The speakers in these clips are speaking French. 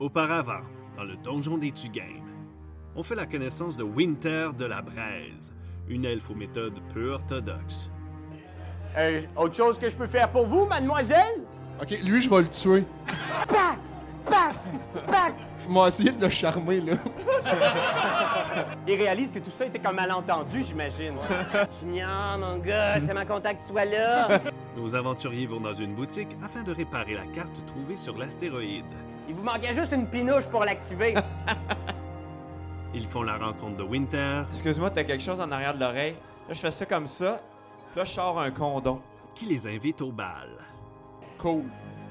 Auparavant, dans le donjon des Tugames, on fait la connaissance de Winter de la Braise, une elfe aux méthodes peu orthodoxes. Euh, autre chose que je peux faire pour vous, mademoiselle? Ok, lui, je vais le tuer. Pac! Pac! Pac! Je vais essayer de le charmer, là. Il réalise que tout ça était comme malentendu, j'imagine. Je Mignon, mon gars, j'étais tellement content que tu sois là. Nos aventuriers vont dans une boutique afin de réparer la carte trouvée sur l'astéroïde. Il vous manquait juste une pinouche pour l'activer. Ils font la rencontre de Winter, Excuse-moi, t'as quelque chose en arrière de l'oreille. Là, je fais ça comme ça. Puis là, je sors un condom. qui les invite au bal. Cool.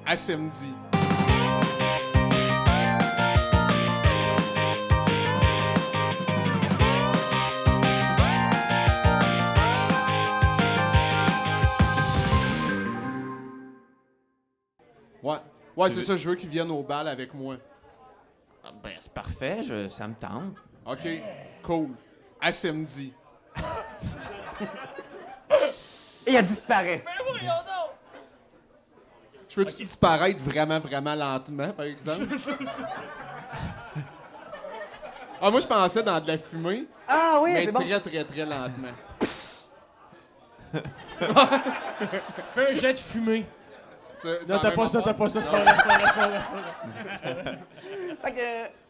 À samedi. Ouais. Ouais, c'est ça, je veux qu'ils viennent au bal avec moi. Ah, ben, c'est parfait, je- ça me tente. OK. Cool. À samedi. Et elle disparaît. Je peux-tu disparaître vraiment, vraiment lentement, par exemple? ah, moi, je pensais dans de la fumée, Ah oui, mais c'est bon. très, très, très, lentement. Fais un jet de fumée. Ça- ça Non, a t'as même pas ça, t'as rapport? pas ça, c'est pas vrai, c'est pas vrai, c'est pas vrai, c'est pas vrai. Fait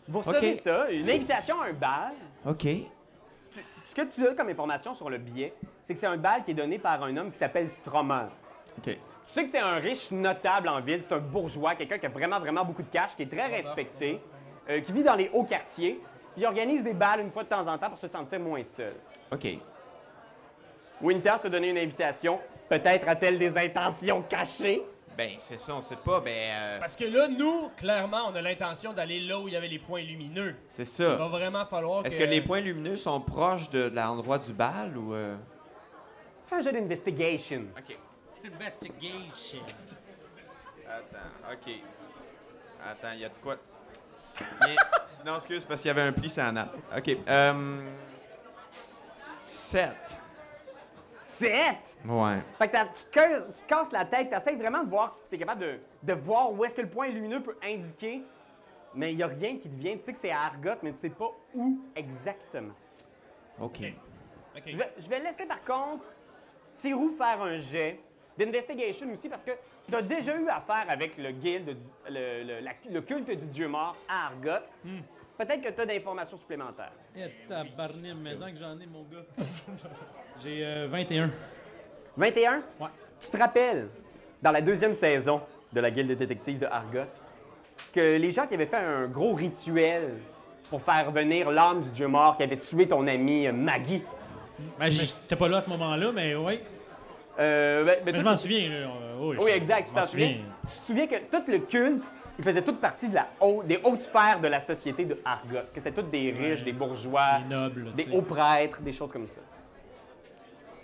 que vous recevez Ok. ça, une invitation à un bal. OK. Tu- ce que tu as comme information sur le billet, c'est que c'est un bal qui est donné par un homme qui s'appelle Stromer. OK. Tu sais que c'est un riche notable en ville, c'est un bourgeois, quelqu'un qui a vraiment, vraiment beaucoup de cash, qui est très respecté, euh, qui vit dans les hauts quartiers, puis il organise des balles une fois de temps en temps pour se sentir moins seul. OK. Winter t'a donné une invitation. Peut-être a-t-elle des intentions cachées? Ben, c'est ça, on sait pas. Ben, euh, Parce que là, nous, clairement, on a l'intention d'aller là où il y avait les points lumineux. c'est Il euh, va ça. vraiment falloir Est-ce que les points lumineux sont proches de, de l'endroit du bal ou. euh? Fais un jeu d'investigation. OK. Attends, OK. Attends, il y a de quoi. Bien- Non, excuse, parce qu'il y avait un pli, ça en a. OK. Euh... 7. Sept! Ouais. Fait que t'as- tu, te causes- tu te casses la tête, t'essayes vraiment de voir si t'es capable de, de voir où est-ce que le point lumineux peut indiquer, mais il y a rien qui te vient. Tu sais que c'est à Argot, mais tu sais pas où exactement. OK. Je vais, je vais laisser par contre Tirou faire un jet d'investigation aussi parce que tu as déjà eu affaire avec le guilde, du- le, le- la- le culte du dieu mort à Argot. Hmm. Peut-être que tu as d'informations supplémentaires. Eh, tabarné, maison que j'en ai, mon gars. J'ai euh, 21. 21? Ouais. Tu te rappelles, dans la deuxième saison de la Guilde des détectives de Argot, que les gens qui avaient fait un gros rituel pour faire venir l'âme du dieu mort qui avait tué ton ami euh, Maggie. Ben, j'- j'étais pas là à ce moment-là, mais oui. Euh, ben, ben, Mais tout- je m'en souviens, là. euh, Oui, Oui, je- exact, tu je m'en t'en souviens. Tu te souviens que tout le culte, il faisait toute partie de la haute- des hautes sphères de la société de Argot, que c'était tous des riches, des bourgeois, Des nobles, des tu sais. hauts prêtres, des choses comme ça.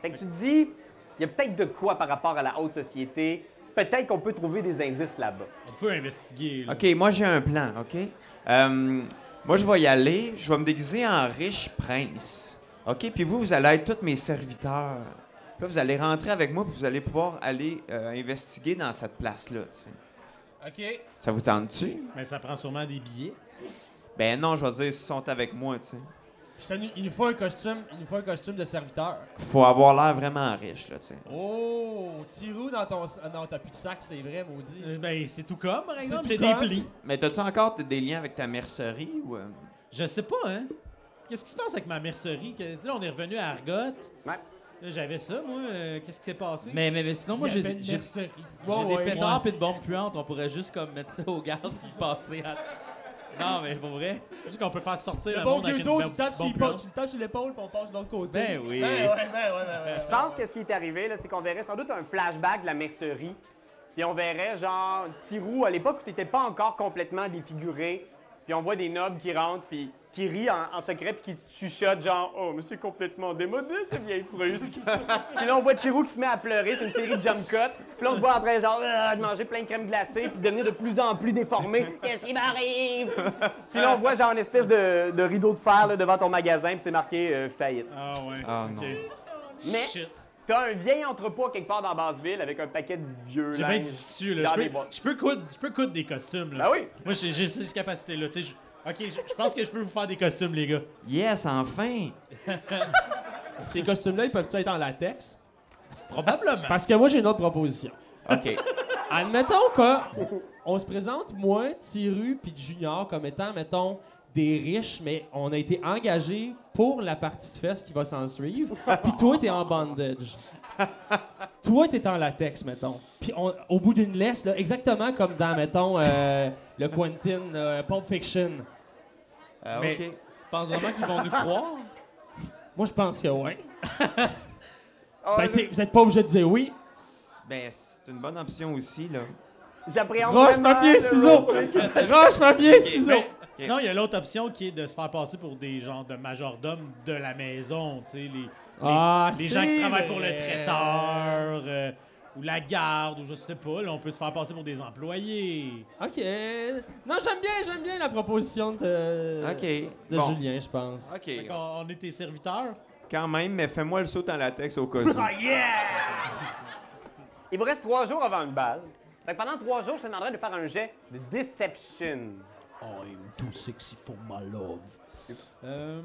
Fait que tu te dis, il y a peut-être de quoi par rapport à la haute société. Peut-être qu'on peut trouver des indices là-bas. On peut investiguer, là. OK, moi j'ai un plan, OK? Euh, moi je vais y aller, je vais me déguiser en riche prince. OK, puis vous, vous allez être tous mes serviteurs. Puis Là, vous allez rentrer avec moi, puis vous allez pouvoir aller euh, investiguer dans cette place-là. tu sais. OK. Ça vous tente-tu? Mais ça prend sûrement des billets. Ben non, je vais dire, ils sont avec moi, tu sais. Puis ça nous- il nous faut un costume, il nous faut un costume de serviteur. Faut avoir l'air vraiment riche, là, tu sais. Oh, Tirou dans ton s- ah non, t'as plus de sac, c'est vrai, maudit. Euh, Ben, c'est tout comme, par exemple. tout J'ai des comme. plis. Mais t'as-tu encore t- des liens avec ta mercerie ou... euh? Je sais pas, hein. Qu'est-ce qui se passe avec ma mercerie? Que- Là, on est revenu à Argot. Ouais. Là, j'avais ça, moi. euh, Qu'est-ce qui s'est passé? Mais, mais, mais sinon, moi, j'ai J'appelle j'ai- mercerie. j'ai des pétards pis de bombes puantes. On pourrait juste comme mettre ça au garde puis passer à. Non, mais pour vrai. C'est sûr qu'on peut faire sortir Le le bon monde vieux avec dos, une tu tapes sur bombe les pas- blanche. tu le tapes sur l'épaule, puis on passe de l'autre côté. Ben oui. Ben ouais, ben ouais, ben ouais. Je pense que ce qui est arrivé, là, c'est qu'on verrait sans doute un flashback de la mercerie. Puis on verrait, genre, Tirou, à l'époque où t'étais pas encore complètement défiguré. Puis on voit des nobles qui rentrent, puis qui rient en, en secret, puis qui se chuchotent, genre, oh, mais c'est complètement démodé, ce vieil frusque. puis là, on voit Tirou qui se met à pleurer, c'est une série de jump cuts. Puis là, on te voit en train, genre, Ah, de manger plein de crème glacée, puis devenir de plus en plus déformé. Qu'est-ce qui m'arrive? puis là, on voit, genre, une espèce de, de rideau de fer là, devant ton magasin, puis c'est marqué euh, faillite. Ah ouais. Ah, ok. non. Mais Shit. T'as un vieil entrepôt quelque part dans Basseville avec un paquet de vieux J'ai bien linge du tissu, dans là. Je des peux, boîtes. je peux coudre, je peux coudre des costumes, là. Ben oui. Moi, j'ai j'ai cette capacité-là, tu sais. je- OK, je je pense que je peux vous faire des costumes, les gars. Yes, enfin! Ces costumes-là, ils peuvent être en latex? Probablement. Parce que moi, j'ai une autre proposition. OK. Admettons que on se présente, moi, Tiru puis Junior, comme étant, mettons, des riches, mais on a été engagés pour la partie de fesses qui va s'en suivre. Puis toi, t'es en bandage. toi, t'es en latex, mettons. Puis on- au bout d'une laisse, là, exactement comme dans, mettons, euh, le Quentin euh, Pulp Fiction. Euh, Mais- OK. Tu penses vraiment qu'ils vont nous croire? Moi, je pense que oui. Ah, Ben, t'es- vous êtes pas obligé de dire oui. Ben, c'est une bonne option aussi, là. Euh, Ah, J'appréhende Roche, vraiment papier, le- ciseaux! Roche, papier, ciseaux! Sinon, il y a l'autre option qui est de se faire passer pour des genres de majordomes de la maison, tu sais, les, les, Ah, les c'est gens qui travaillent pour le vrai. traiteur euh, ou la garde ou je sais pas. Là, on peut se faire passer pour des employés. OK. Non, j'aime bien, j'aime bien la proposition de, OK. de bon. Julien, je pense. OK. Fait qu'on- on est tes serviteurs. Quand même, mais fais-moi le saut en latex au cas où. Ah, Il vous reste trois jours avant une balle. Fait que pendant trois jours, je te demanderais de faire un jet de deception. I'm too sexy for my love. Euh,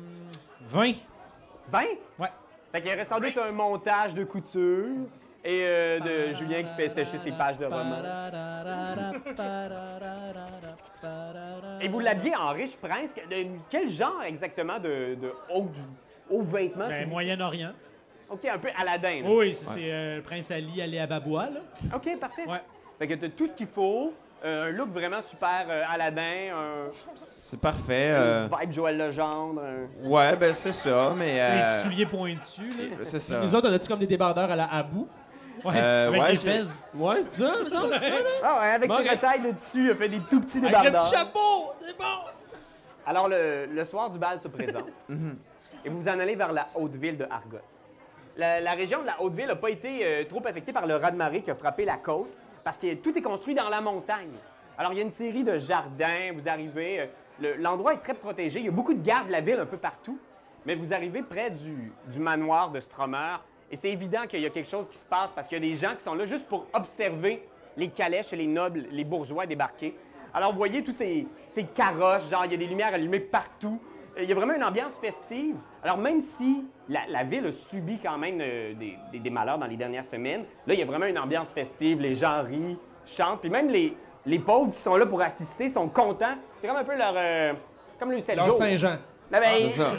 20. 20? Ouais. Fait qu'il reste sans doute un montage de couture et euh, de Julien qui fait sécher ses pages de romans. Et vous l'habillez en riche prince. Que- de- Quel genre exactement de, de haut, haut vêtement? Ben, tu- Moyen-Orient. OK, un peu Aladdin. là. Oui, ça, c'est euh, le prince Ali allé à Babois, là. OK, parfait. Ouais. Fait que t'as tout ce qu'il faut. euh, un look vraiment super euh, Aladdin, C'est parfait. un euh, vibe Joël Legendre. un- Ouais, ben, c'est ça, mais. Les euh, petits souliers pointus, là. C'est ça. Nous autres, on a-tu comme des débardeurs à la Abou? Ouais, Euh, avec ouais, des j'ai- fez. Ouais, c'est ça, non, c'est ça, là? Ah ouais, avec Bon, ses avec- retailles de dessus, il a fait des tout petits Avec le débardeurs. petit chapeau, c'est bon! Alors, le, le soir du bal se présente. et vous vous en allez vers la haute ville de Argot. La, la région de la haute ville n'a pas été euh, trop affectée par le raz-de-marée qui a frappé la côte, parce que tout est construit dans la montagne. Alors, il y a une série de jardins, vous arrivez. euh, le- L'endroit est très protégé. Il y a beaucoup de gardes de la ville un peu partout. Mais vous arrivez près du, du manoir de Stromer, et c'est évident qu'il y a quelque chose qui se passe parce qu'il y a des gens qui sont là juste pour observer les calèches et les nobles, les bourgeois débarquer. Alors, vous voyez tous ces, ces carroches, genre, il y a des lumières allumées partout. Euh, Il y a vraiment une ambiance festive. Alors, même si la, la ville a subi quand même euh, des, des- des malheurs dans les dernières semaines, là, il y a vraiment une ambiance festive. Les gens rient, chantent, puis même les, les pauvres qui sont là pour assister sont contents. C'est comme un peu leur. euh, comme le 7 Leur jours. Saint-Jean. Ah, Ah, ben, C'est ça.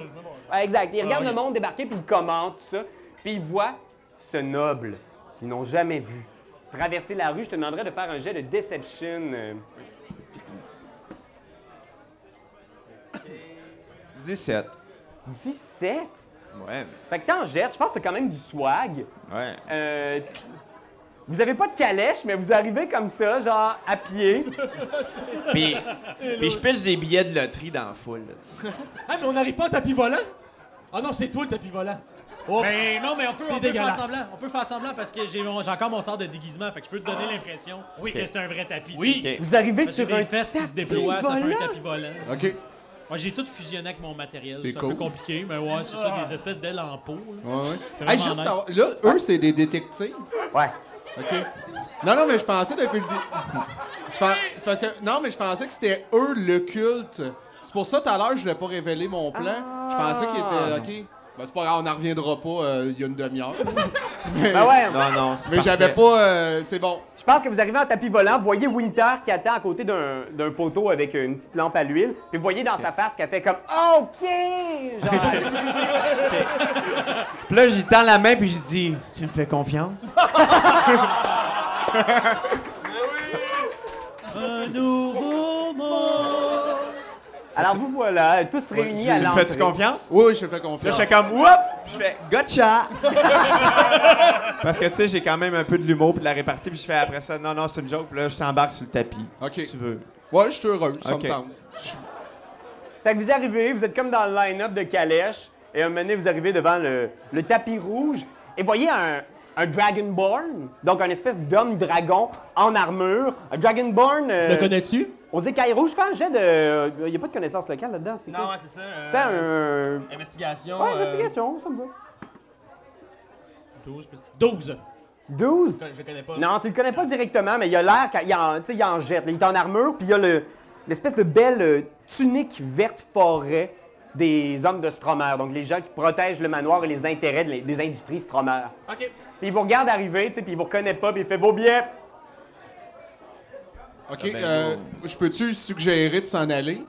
Ouais, exact. Ils regardent le monde débarquer, puis ils commentent tout ça. Puis ils voient ce noble qu'ils n'ont jamais vu traverser la rue. Je te demanderais de faire un jet de deception. euh, 17. 17? Ouais, Fait que t'en jettes, je pense que t'as quand même du swag. ouais. Euh, vous avez pas de calèche, mais vous arrivez comme ça, genre à pied. Puis, puis je pêche des billets de loterie dans la foule. là, tu sais. Ah, mais on n'arrive pas au tapis volant? Ah non, c'est toi le tapis volant. Oh, Ben non, mais on peut, C'est on peut faire dégueulasse. semblant. On peut faire semblant parce que j'ai mon- j'ai encore mon sort de déguisement. Fait que je peux te donner l'impression Ah. que c'est un vrai tapis. Ok. Oui. Vous arrivez J'ai sur des un fesses qui se tapis déploient, ça fait un volant. tapis volant. OK. Moi, j'ai tout fusionné avec mon matériel. C'est C'est un peu cool. compliqué, mais ouais, c'est ça, des espèces d'ailes en peau. là. Ouais, ouais. C'est Hey, vraiment juste nice. savoir- là, eux, c'est des détectives. Ouais. OK. Non, non, mais je pensais depuis le dé- Je pen- C'est parce que... Non, mais je pensais que c'était eux le culte. C'est pour ça, tout à l'heure, je voulais pas révéler mon plan. Je pensais qu'il était... OK. Ben, c'est pas grave, on n'en reviendra pas euh, il y a une demi-heure. Ben ouais. Non, non, c'est mais j'avais parfait. pas... euh, c'est bon. Je pense que vous arrivez en tapis volant, vous voyez Winter qui attend à côté d'un d'un poteau avec une petite lampe à l'huile, puis vous voyez dans sa face qu'elle fait comme OK! Genre, Puis là, j'y tends la main puis je dis Tu me fais confiance alors vous voilà, tous réunis à Tu me l'entrée. fais-tu confiance Oui, oui, je te fais Là, je confiance. fais comme Whoop Je fais Gotcha Parce que tu sais, j'ai quand même un peu de l'humour puis de la répartie. Puis je fais après ça Non, non, c'est une joke. Puis là, je t'embarque sur le tapis. Ok. Si tu veux. Ouais, je suis heureux, ça Ok. me tente. Fait que vous arrivez, vous êtes comme dans le line-up de Calèche, et à un moment donné, vous arrivez devant le, le tapis rouge, et voyez un, un Dragonborn, donc un espèce d'homme dragon en armure. Un Dragonborn. euh, Le connais-tu? Aux écailles rouges, fais un jet de. Il n'y a pas de connaissance locale là-dedans, c'est Non, Ah, quoi? ouais, c'est ça. euh, Fais un. Investigation. Ouais, euh, investigation, ça me va. 12 plus... 12! 12? Je connais pas. Non, tu le connais pas directement, mais il a l'air qu'il en, tu sais, il en jette. là. Il est en armure, puis il a le- l'espèce de belle euh, tunique verte forêt des hommes de Stromer, donc les gens qui protègent le manoir et les intérêts de les- des industries Stromer. OK. Puis il vous regarde arriver, tu sais, puis il vous reconnaît pas, puis il fait vos billets. Ok, euh, je peux-tu suggérer de s'en aller?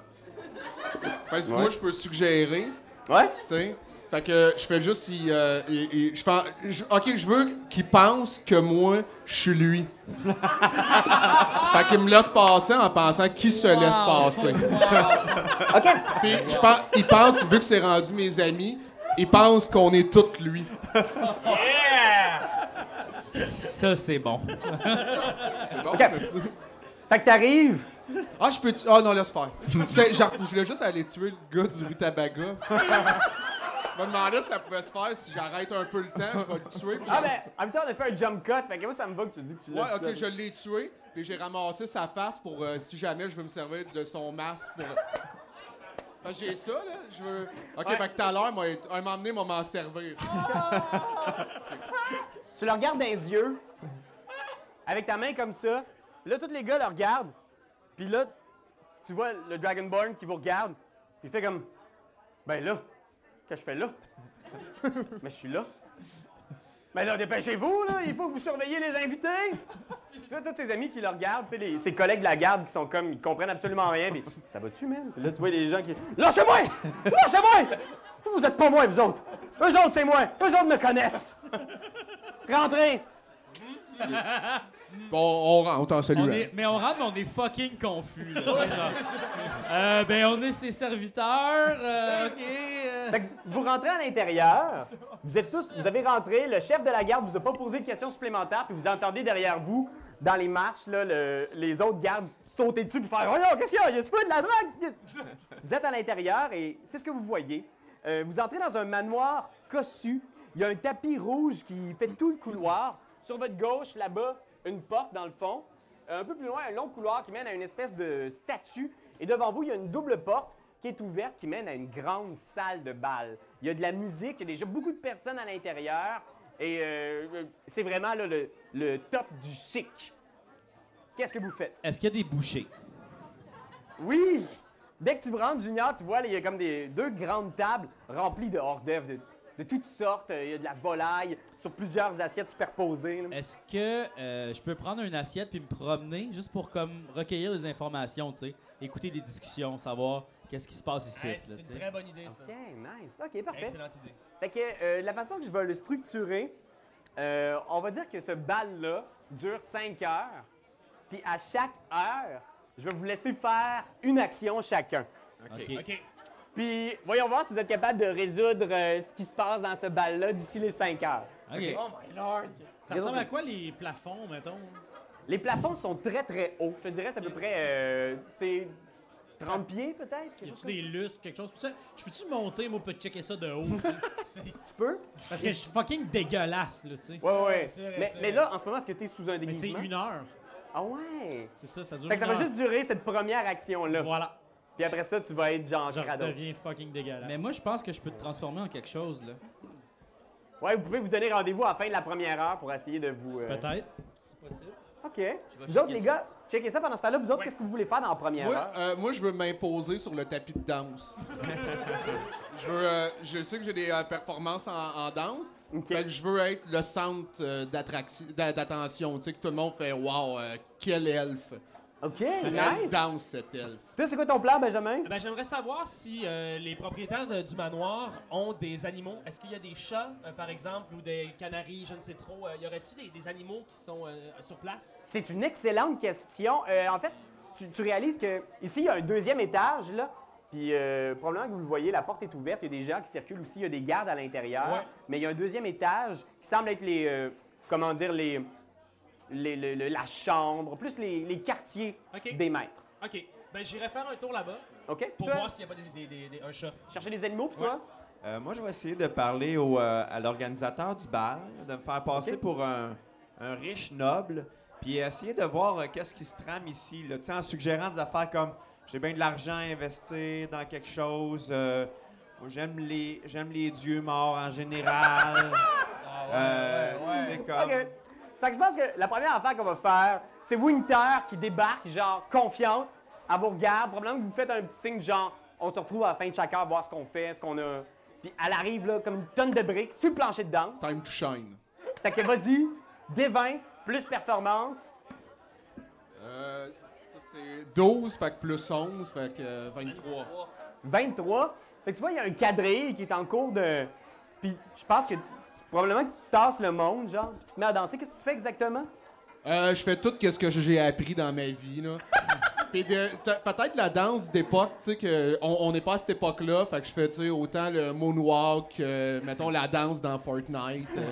Parce que moi, je peux suggérer, Ouais? tu sais. Fait que je fais juste. il, euh, il- il- je fais- je- ok, je veux qu'il pense que moi, je suis lui. fait qu'il me laisse passer en pensant qu'il se laisse passer. OK. Puis je pense, il pense, que vu que c'est rendu mes amis, il pense qu'on est tous lui. Ça, c'est bon. OK. Fait que t'arrives. Ah, je peux. tu- Ah non, laisse faire. C'est- genre, je voulais juste aller tuer le gars du Rutabaga. Je me demandais si ça pouvait se faire. Si j'arrête un peu le temps, je vais le tuer. puis Ah je- ben, en même temps, on a fait un jump cut, fait que moi, ça me va que tu dis que tu l'as. Ouais, tu l'as. ok, je l'ai tué. Puis j'ai ramassé sa face pour euh, si jamais je veux me servir de son masque pour. Fait que j'ai ça, là. Je veux. Ok, fait que tout à l'heure, moi, un moment donné, moi, m'en servir. Tu le regardes dans les yeux, avec ta main comme ça. Puis là, tous les gars le regardent. Puis là, tu vois le Dragonborn qui vous regarde. Puis il fait comme Ben là, qu'est-ce que je fais là Mais je suis là. Mais là, dépêchez-vous, là, il faut que vous surveillez les invités. Tu vois, tous tes amis qui le regardent, tu sais, les- ses collègues de la garde qui sont comme, ils comprennent absolument rien, puis ça va-tu, man? Puis là, tu vois des gens qui. Lâchez-moi! Lâchez-moi! Vous êtes pas moi, vous autres! Eux autres, c'est moi! Eux autres me connaissent! Rentrez! Bon, on rentre en On saluant. est- mais on rentre, mais on est fucking confus. là, c'est ça. Euh, ben, on est ses serviteurs. euh, OK. euh. Fait que vous rentrez à l'intérieur, vous êtes tous, vous avez rentré, le chef de la garde vous a pas posé de questions supplémentaires, puis vous entendez derrière vous, dans les marches, là, le- les autres gardes sauter dessus puis faire Voyons, qu'est-ce qu'il y a Y a-tu pas de la drogue Vous êtes à l'intérieur et c'est ce que vous voyez. Euh, vous entrez dans un manoir cossu, il y a un tapis rouge qui fait tout le couloir. Sur votre gauche, là-bas, une porte dans le fond. Euh, Un peu plus loin, un long couloir qui mène à une espèce de statue. Et devant vous, il y a une double porte qui est ouverte, qui mène à une grande salle de bal. Il y a de la musique, il y a déjà beaucoup de personnes à l'intérieur. Et euh, euh, c'est vraiment là, le, le top du chic. Qu'est-ce que vous faites? Est-ce qu'il y a des bouchées? Oui! Dès que tu rentres, Junior, tu vois, là, il y a comme des, deux grandes tables remplies de hors-d'œuvre de, de toutes sortes. Euh, Il y a de la volaille sur plusieurs assiettes superposées. là. Est-ce que euh, je peux prendre une assiette puis me promener juste pour comme recueillir des informations, tu sais, écouter des discussions, savoir qu'est-ce qui se passe ici. Hey, là, c'est tu une sais. très bonne idée, ça. OK, nice. OK, parfait. Excellente idée. Fait que euh, la façon que je vais le structurer, euh, on va dire que ce bal-là dure 5 heures. Puis à chaque heure, je vais vous laisser faire une action chacun. OK. OK. Puis voyons voir si vous êtes capable de résoudre euh, ce qui se passe dans ce bal-là d'ici les 5 heures. OK. Oh my lord. Ça ressemble à quoi les plafonds, mettons? Les plafonds sont très très hauts. Je te dirais, c'est à peu près euh, tu sais, 30 pieds peut-être. quelque Y chose a-tu des lustres, quelque chose? Tout ça? Je peux-tu monter, moi, pour checker ça de haut? tu sais? C'est- comme- Tu peux? Parce que je suis fucking dégueulasse, là, tu sais. Ouais, ouais. ouais. c'est vrai, mais, c'est mais vrai. là, en ce moment, est-ce que tu es sous un Mais c'est déguisement? une heure. Ah ouais! C'est ça, ça dure Fait que ça une va heure. juste durer cette première action-là. Voilà. Puis après ça, tu vas être genre Je Kratos. deviens fucking dégueulasse. Mais moi, je pense que je peux te transformer en quelque chose, là. Ouais, vous pouvez vous donner rendez-vous à la fin de la première heure pour essayer de vous. euh, Peut-être. OK. Vous autres, les gars, checkez ça pendant ce temps-là. Vous autres, qu'est-ce que vous voulez faire dans la première Moi, heure? euh, moi, je veux m'imposer sur le tapis de danse. je veux, euh, je sais que j'ai des euh, performances en, en danse. Ok. Fait que je veux être le centre euh, d'attraction- d'a- d'attention. Tu sais, que tout le monde fait Wow, euh, quel elfe. OK, Elle nice. danse, cet elfe. Toi, c'est quoi ton plan, Benjamin? Ben, J'aimerais savoir si euh, les propriétaires de- du manoir ont des animaux. Est-ce qu'il y a des chats, euh, par exemple, ou des canaris, je ne sais trop. Euh, y aurait-il des, des animaux qui sont euh, sur place? C'est une excellente question. Euh, en fait, tu, tu réalises que ici, il y a un deuxième étage, là. Puis euh, probablement que vous le voyez, la porte est ouverte, il y a des gens qui circulent aussi, il y a des gardes à l'intérieur. Ouais. Mais il y a un deuxième étage qui semble être les. euh, comment dire, les. les- le- le- la chambre, plus les, les quartiers OK. des maîtres. OK. Ben, j'irai faire un tour là-bas OK? pour Toi, voir s'il n'y a pas des, des- des- des- un chat. Chercher des animaux, puis toi? Euh, moi, je vais essayer de parler au, euh, à l'organisateur du bal, de me faire passer Ok. pour un, un riche noble, puis essayer de voir euh, qu'est-ce qui se trame ici, là, tu sais, en suggérant des affaires comme j'ai bien de l'argent à investir dans quelque chose, euh, j'aime les j'aime les dieux morts en général. Euh, C'est comme. OK. Fait que je pense que la première affaire qu'on va faire, c'est Winter qui débarque, genre, confiante. Elle vous regarde. Probablement que vous faites un petit signe, genre, on se retrouve à la fin de chaque heure, voir ce qu'on fait, ce qu'on a. Puis elle arrive, là, comme une tonne de briques sur le plancher de danse. Time to shine. Fait que vas-y, D20, plus performance. Euh, ça, c'est 12, fait que plus 11, fait que euh, 23. 23. Fait que tu vois, il y a un quadrille qui est en cours de. Puis je pense que c'est probablement que tu tasses le monde, genre, puis tu te mets à danser. Qu'est-ce que tu fais exactement? Euh, je fais tout que ce que j'ai appris dans ma vie, là. Puis de- t'as- peut-être la danse d'époque, tu sais, que on on n'est pas à cette époque-là, fait que je fais, tu sais, autant le moonwalk que, mettons, la danse dans Fortnite. euh.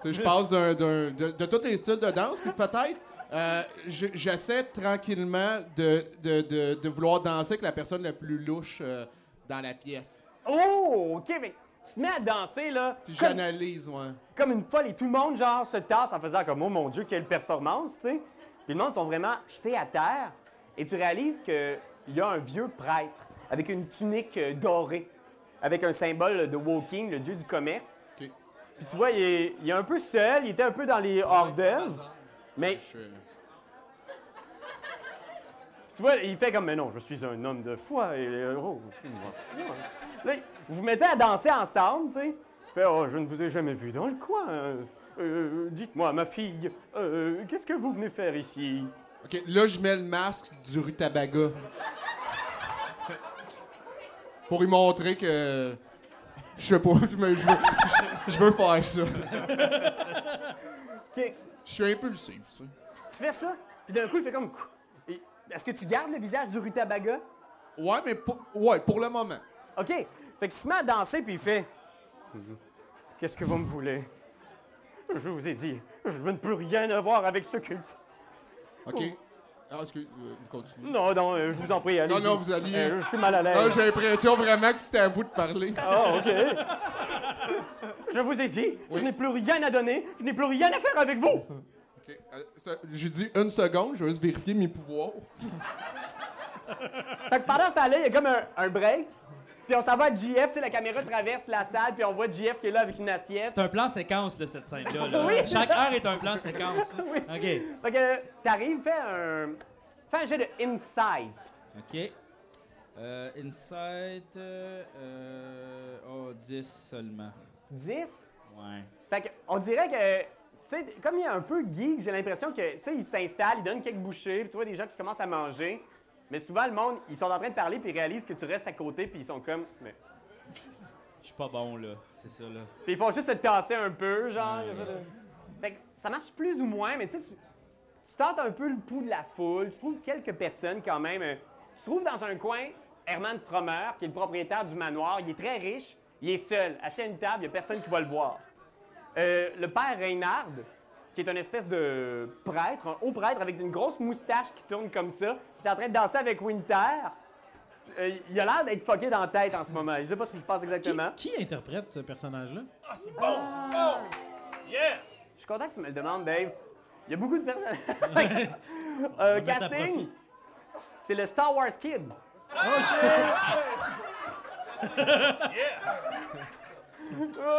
tu sais, je passe d'un, d'un- de, de tous les styles de danse, puis peut-être, euh, je- j'essaie tranquillement de, de, de, de vouloir danser avec la personne la plus louche euh, dans la pièce. Oh, OK, mais tu te mets à danser, là. Puis comme- j'analyse, ouais. comme une folle et tout le monde, genre, se tasse en faisant comme, oh mon Dieu, quelle performance, tu sais. Puis le monde sont vraiment jetés à terre et tu réalises qu'il y a un vieux prêtre avec une tunique euh, dorée, avec un symbole de Woking, le dieu du commerce. Ok. Puis tu vois, il est, il est un peu seul, il était un peu dans les hors d'œuvre, mais Je euh, fais- tu vois, il fait comme, mais non, je suis un homme de foi. Et, euh, oh, hmm, moi, foi. Là, vous vous mettez à danser ensemble, tu sais. Il fait, oh, je ne vous ai jamais vu dans le coin. Euh, euh, Dites-moi, ma fille, euh, qu'est-ce que vous venez faire ici? Ok, là, je mets le masque du Rutabaga. Pour lui montrer que. Je sais pas, mais je veux, je- je veux faire ça. Ok. Je suis impulsif, tu sais. Tu fais ça, puis d'un coup, il fait comme. Cou- Et Est-ce que tu gardes le visage du Rutabaga? Ouais, mais pour, ouais, pour le moment. OK. Fait qu'il se met à danser, puis il fait Qu'est-ce que vous me voulez? Je vous ai dit, je ne peux rien avoir avec ce culte. Ok. Ah, excuse, euh, vous continuez. Non, non, euh, je vous en prie, allez. non, vous alliez- je suis mal à l'aise. Ah, j'ai l'impression vraiment que c'était à vous de parler. Ah, OK. Je vous ai dit, je n'ai plus rien à donner, je n'ai plus rien à faire avec vous. Ok, euh, ça, j'ai dit une seconde, je vais juste vérifier mes pouvoirs. Fait que pendant ce temps-là, il y a comme un, un break. Puis on s'en va à JF, tu sais, la caméra traverse la salle, puis on voit JF qui est là avec une assiette. C'est un plan séquence, là, cette scène-là. là. Oui. Chaque heure est un plan séquence. OK. Fait que t'arrives, fais un. Fais un jeu de insight. OK. Euh, insight, euh, euh, oh, 10 seulement. 10. Ouais. Fait que on dirait que. Tu sais, comme il est un peu geek, j'ai l'impression que. Tu sais, il s'installe, il donne quelques bouchées, puis tu vois des gens qui commencent à manger. Mais souvent, le monde, ils sont en train de parler, puis ils réalisent que tu restes à côté, puis ils sont comme. Mais... Je suis pas bon, là. C'est ça, là. Puis ils font juste te tasser un peu, genre. il y a ça de- Fait que ça marche plus ou moins, mais tu sais, tu tu tentes un peu le pouls de la foule, tu trouves quelques personnes quand même. euh, Tu trouves dans un coin Herman Stromer, qui est le propriétaire du manoir. Il est très riche, il est seul, assis à une table, il n'y a personne qui va le voir. Euh, le père Reynard, qui est une espèce de prêtre, un haut prêtre avec une grosse moustache qui tourne comme ça, qui est en train de danser avec Winter. Euh, il a l'air d'être fucké dans la tête en ce moment. Je sais pas ce qui se passe Qui, exactement. qui interprète ce personnage-là? Ah, c'est bon! c'est bon! Yeah! Je suis content que tu me le demandes, Dave. Il y a beaucoup de personnes. Euh, mettre à casting, profit. c'est le Star Wars Kid. Oh shit!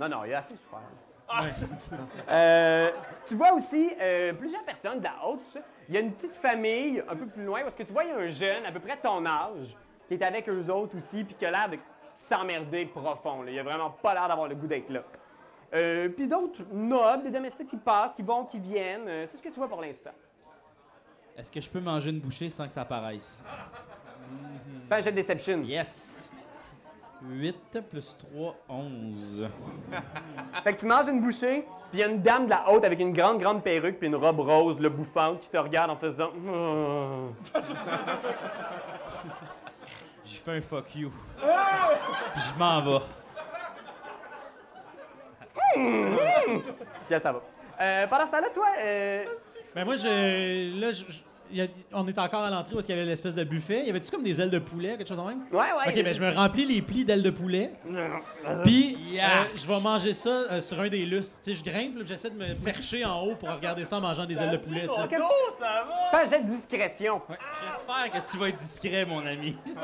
non, non, il a assez souffert. Euh, tu vois aussi euh, plusieurs personnes de la haute. tout ça. Il y a une petite famille un peu plus loin parce que tu vois, il y a un jeune à peu près de ton âge qui est avec eux autres aussi puis qui a l'air de s'emmerder profond. là. Il a vraiment pas l'air d'avoir le goût d'être là. Euh, puis d'autres nobles, des domestiques qui passent, qui vont, qui viennent. Euh, c'est ce que tu vois pour l'instant. Est-ce que je peux manger une bouchée sans que ça apparaisse? Fais un jet de Deception. Yes! 8 plus 3, 11. Fait que tu manges une bouchée, puis il y a une dame de la haute avec une grande, grande perruque puis une robe rose, le bouffante, qui te regarde en faisant... Mmh. J'ai fait un fuck you. Puis je m'en vais. Puis là, ça va. Euh, pendant ce temps-là, toi... euh, Ben moi, je, là, je- je- il y a- on est encore à l'entrée où est-ce qu'il y avait l'espèce de buffet. Il Y avait-tu comme des ailes de poulet, quelque chose en même? Ouais, ouais. Ok, ben je me remplis les plis d'ailes de poulet. Puis euh, je vais manger ça euh, sur un des lustres. Tu sais, je grimpe, là, puis j'essaie de me percher en haut pour regarder ça en mangeant des ailes de poulet. tu sais. Ok. Fais un jet de discrétion. J'espère que tu vas être discret, mon ami. il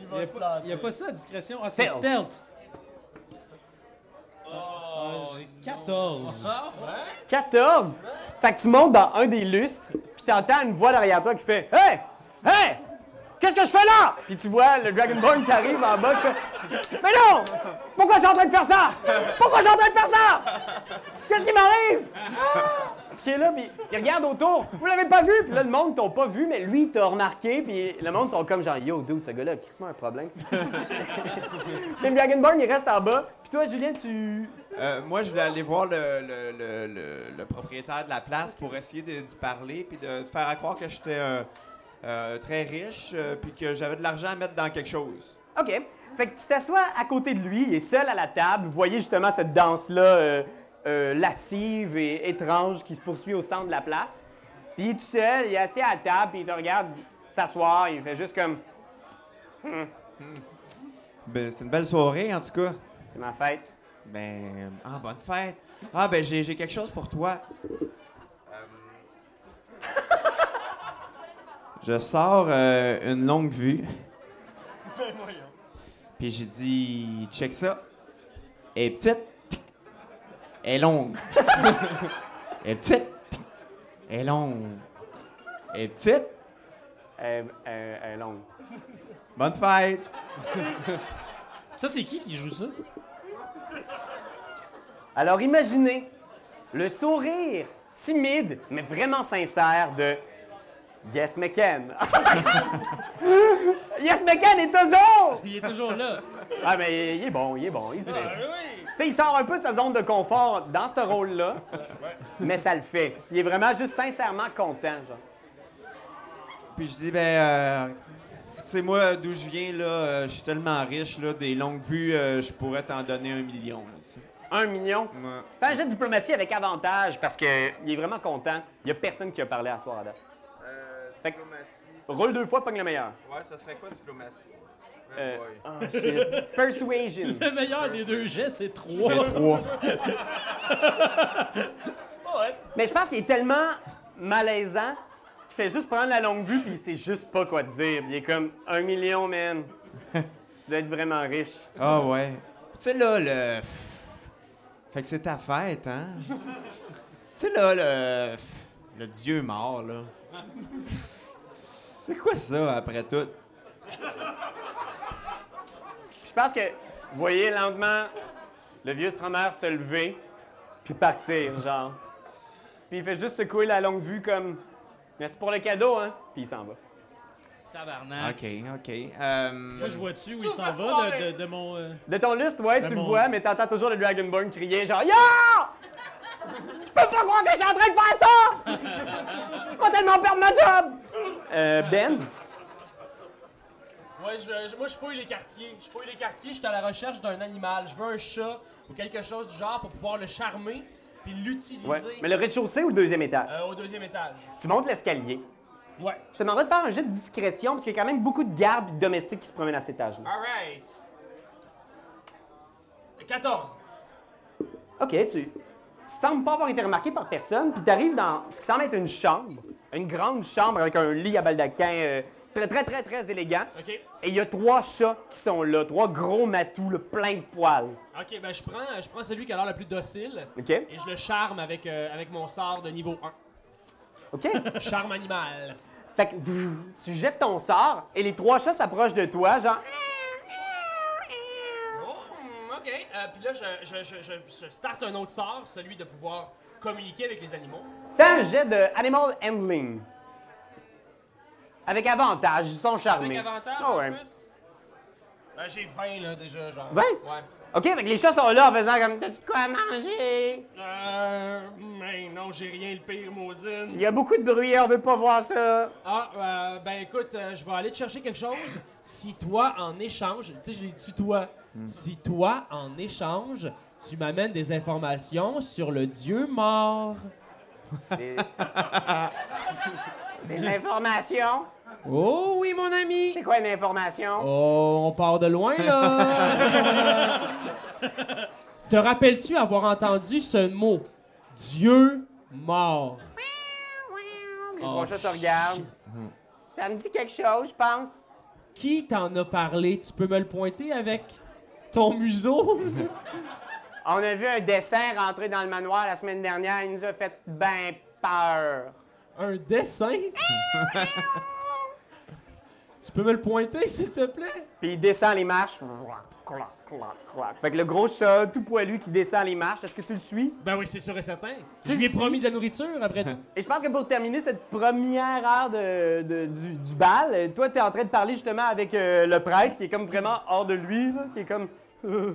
Il va se planter. n'y a, pas ça, discrétion. Ah, c'est Stealth. stealth. Ah, j'ai 14. 14! Fait que tu montes dans un des lustres, puis t'entends une voix derrière toi qui fait Hey! Hey! Qu'est-ce que je fais là? Puis tu vois le Dragonborn qui arrive en bas qui fait Mais non! Pourquoi je suis en train de faire ça? Pourquoi je suis en train de faire ça? Qu'est-ce qui m'arrive? Ah! Qui est là, puis il regarde autour. Vous l'avez pas vu? Puis là, le monde t'ont pas vu, mais lui, il t'a remarqué, puis le monde sont comme genre Yo, dude, ce gars-là, qu'est-ce un problème? mais le Dragonborn, il reste en bas. Puis toi, Julien, tu. Euh, moi, je voulais aller voir le, le- le- le- le propriétaire de la place pour essayer de- d'y parler puis de, de faire à croire que j'étais euh, euh, très riche euh, puis que j'avais de l'argent à mettre dans quelque chose. OK. Fait que tu t'assois à côté de lui, il est seul à la table. Vous voyez justement cette danse-là euh, euh, lascive et étrange qui se poursuit au centre de la place. Puis il est tout seul, il est assis à la table, puis il te regarde s'asseoir, il fait juste comme Ben, c'est une belle soirée, en tout cas. C'est ma fête. Ben, ah, bonne fête. Ah, ben, j'ai j'ai quelque chose pour toi. Euh, Je sors euh, une longue vue. Puis j'ai dit, check ça. Elle est petite. Elle est longue. Elle est petite. Elle est longue. Elle est petite. Euh, euh, euh, longue. Bonne fête. Ça, c'est qui qui joue ça? Alors imaginez le sourire timide, mais vraiment sincère de Yes McCann. yes McCann est toujours! Il est toujours là. Ah, mais il est bon, il est bon. Il, est- Tu sais, il sort un peu de sa zone de confort dans ce rôle-là, mais ça le fait. Il est vraiment juste sincèrement content, genre. Puis je dis, ben, euh, tu sais, moi, d'où je viens, là, euh, je suis tellement riche, là, des longues vues, euh, je pourrais t'en donner un million, là, tu sais. Un million. Ouais. Fais un jet de diplomatie avec avantage parce qu'il est vraiment content. Il n'y a personne qui a parlé à soir à date. Fait que- Roule deux fois, pogne le meilleur. Ouais, ça serait quoi, diplomatie? Euh, oh, shit. Persuasion. Le meilleur des deux jets, c'est 3. Mais je pense qu'il est tellement malaisant qu'il fait juste prendre la longue vue puis il sait juste pas quoi te dire. Il est comme un million, man. tu dois être vraiment riche. Ah, ouais. Tu sais, là, le... Fait que c'est ta fête, hein? tu sais, là, le... Le dieu mort, là. c'est quoi ça, après tout? Je pense que vous voyez lentement le vieux strummer se lever puis partir, genre. Puis il fait juste secouer la longue vue comme merci pour le cadeau, hein. Puis il s'en va. Tabarnak. OK, OK. Euh, Moi, je vois-tu où il s'en va de, de- de mon. euh, De ton lustre, ouais, tu le Vraiment. vois, mais t'entends toujours le Dragonborn crier genre Yo! Je peux pas croire que je suis en train de faire ça! Je vais tellement perdre ma job! Euh, ben, Ouais, je, euh, je- moi, je fouille les quartiers. Je fouille les quartiers, je suis à la recherche d'un animal. Je veux un chat ou quelque chose du genre pour pouvoir le charmer puis l'utiliser ouais. Mais le rez-de-chaussée ou le deuxième étage? euh, au deuxième étage. Tu montes l'escalier. Ouais. Je te demanderais de faire un jeu de discrétion parce qu'il y a quand même beaucoup de gardes et de domestiques qui se promènent à cet étage-là. Alright. 14. OK, tu, tu sembles pas avoir été remarqué par personne, puis tu arrives dans ce qui semble être une chambre, une grande chambre avec un lit à baldaquin euh, très, très, très, très élégant. OK. Et il y a trois chats qui sont là, trois gros matous, là, plein de poils. OK, ben je prends, je prends celui qui a l'air le plus docile OK? et je le charme avec, euh, avec mon sort de niveau OK? 1. Charme animal. fait que vous- tu jettes ton sort et les trois chats s'approchent de toi, genre. Oh, hmm, OK. Euh, puis là, je, je, je, je, je starte un autre sort, celui de pouvoir communiquer avec les animaux. Fais un jet de Animal Handling. Avec avantage, ils sont Avec charmés. avantage, Ah en ouais. plus. Ben, j'ai 20, là, déjà, genre. 20? Ouais. OK, fait que les chats sont là en faisant comme T'as-tu de quoi à manger? Euh... Mais non, j'ai rien, le pire, maudine. Il y a beaucoup de bruit, on veut pas voir ça. Ah, euh, ben écoute, euh, je vais aller te chercher quelque chose. Si toi, en échange, tu sais, je l'ai dit toi. Si toi, en échange, tu m'amènes des informations sur le dieu mort. Des, Des informations. Oh oui, mon ami! C'est quoi une information? Oh, on part de loin, là! Te rappelles-tu avoir entendu ce mot? Dieu mort. Les trois chats se regardent. Ça me dit quelque chose, je pense. Qui t'en a parlé? Tu peux me le pointer avec ton museau? On a vu un dessin rentrer dans le manoir la semaine dernière. Il nous a fait ben peur. un dessin? tu peux me le pointer, s'il te plaît? Puis il descend les marches. Clac, clac, clac, clac. Fait que le gros chat tout poilu qui descend les marches, est-ce que tu le suis? Ben oui, c'est sûr et certain. Tu Je lui ai sais- promis de la nourriture après tout. Et je pense que pour terminer cette première heure de- de- du, du bal, euh, toi, tu es en train de parler justement avec euh, le prêtre qui est comme vraiment hors de lui, là, qui est comme. euh,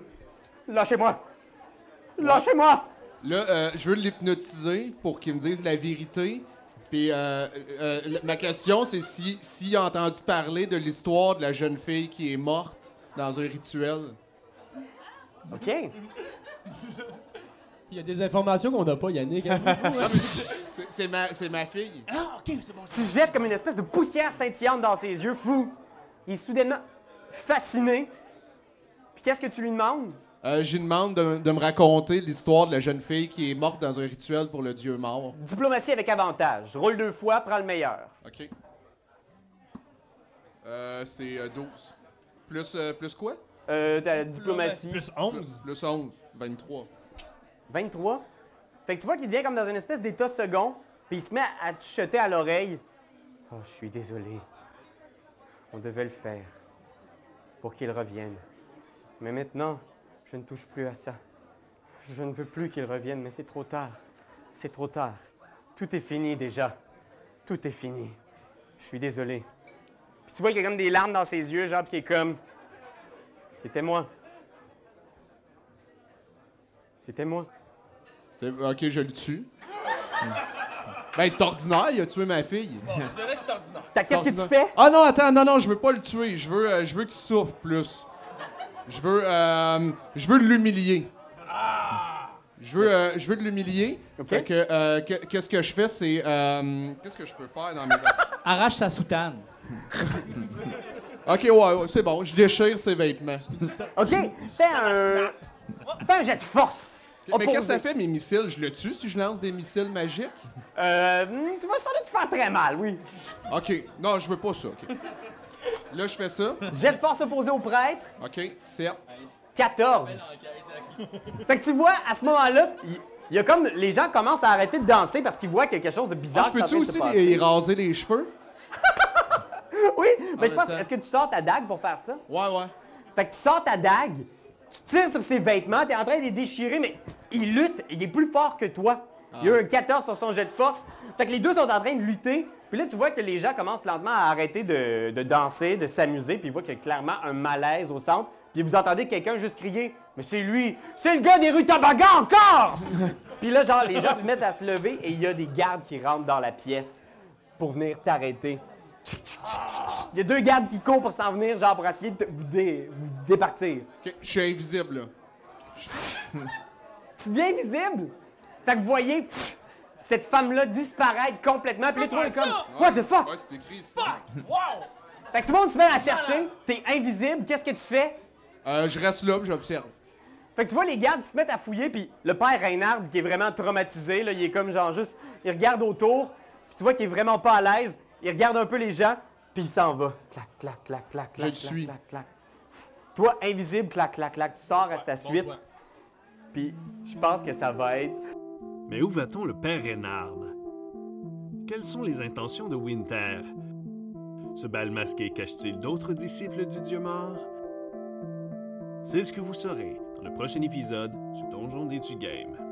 Lâchez-moi! Lâchez-moi! Là, euh, je veux l'hypnotiser pour qu'il me dise la vérité. Puis euh, euh, la- ma question, c'est si, s'il a entendu parler de l'histoire de la jeune fille qui est morte dans un rituel. OK. Il y a des informations qu'on n'a pas, Yannick. hein, c'est fou, hein? C'est- C'est ma, c'est ma fille. Tu jettes comme une espèce de poussière scintillante dans ses yeux, fou! Il est soudainement fasciné. Puis qu'est-ce que tu lui demandes? Euh, je lui demande de, de me raconter l'histoire de la jeune fille qui est morte dans un rituel pour le dieu mort. Diplomatie avec avantage. Roule deux fois, prends le meilleur. OK. Euh, c'est euh, 12. Plus, euh, plus quoi? Euh, ta diplomatie. Plus 11. Plus 11. 23. 23. Fait que tu vois qu'il devient comme dans une espèce d'état second, puis il se met à te chuter à l'oreille. Oh, je suis désolé. On devait le faire pour qu'il revienne. Mais maintenant, je ne touche plus à ça. Je ne veux plus qu'il revienne, mais c'est trop tard. C'est trop tard. Tout est fini déjà. Tout est fini. Je suis désolé. Puis tu vois qu'il y a comme des larmes dans ses yeux, genre, puis il est comme. C'était moi. C'était moi. C'est- Ok, je le tue. Hmm. ben, c'est ordinaire, il a tué ma fille. T'as- Qu'est-ce que tu Ordinaire. fais? Ah non, attends, non, non, je veux pas le tuer. Je veux, euh, je veux qu'il souffre plus. Je veux, euh, je veux l'humilier. Je veux, euh, je veux de l'humilier. Ok. Fait que, euh, que- qu'est-ce que je fais, c'est. euh, qu'est-ce que je peux faire dans mes. Arrache sa soutane. ok, ouais, ouais, c'est bon. Je déchire ses vêtements. OK, fais un... Fais un jet de force. Mais Opposé. qu'est-ce que ça fait, mes missiles Je le tue si je lance des missiles magiques Euh, hmm, tu vas sans doute faire très mal, oui. Ok, non, je veux pas ça. ok. Là, je fais ça. Jet de force opposé au prêtre, Ok, 7. 14. Fait que tu vois, à ce moment-là, il il y a comme... Les gens commencent à arrêter de danser parce qu'ils voient qu'il y a quelque chose de bizarre Ah, je qui est en peux-tu train de se aussi passer. les- raser les cheveux Oui, mais je pense... En même temps. Est-ce que tu sors ta dague pour faire ça? Ouais, ouais. Fait que tu sors ta dague, tu tires sur ses vêtements, t'es en train de les déchirer, mais il lutte, il est plus fort que toi. Il y a eu un 14 sur son jet de force. Fait que les deux sont en train de lutter. Puis là, tu vois que les gens commencent lentement à arrêter de, de danser, de s'amuser, puis ils voient qu'il y a clairement un malaise au centre. Puis vous entendez quelqu'un juste crier « Mais c'est lui! C'est le gars des rues Tabaga encore! » Puis là, genre, les gens se mettent à se lever et il y a des gardes qui rentrent dans la pièce pour venir t'arrêter. Il y a deux gardes qui courent pour s'en venir, genre pour essayer de te- vous, dé- vous départir. Ok, Je suis invisible, là. Tu deviens invisible. Fait que vous voyez pff, cette femme-là disparaître complètement. Puis là, tout le monde est comme What the fuck? Ouais, c'est écrit. ici. Fait que tout le monde se met à la chercher. T'es invisible. Qu'est-ce que tu fais? Euh, je reste là, puis j'observe. Fait que tu vois les gardes qui se mettent à fouiller. Puis le père Reinhard, qui est vraiment traumatisé, là, il est comme genre juste. Il regarde autour. Puis tu vois qu'il est vraiment pas à l'aise. Il regarde un peu les gens. Puis il s'en va. Clac, clac, clac, clac, clac. le clac, suis. Clac, clac. Toi, invisible, clac, clac, clac. Tu sors à sa suite. Puis je pense que ça va être. Mais où va-t-on le père Reynard? Quelles sont les intentions de Winter? Ce bal masqué cache-t-il d'autres disciples du dieu mort? C'est ce que vous saurez dans le prochain épisode du Donjon des Tugames.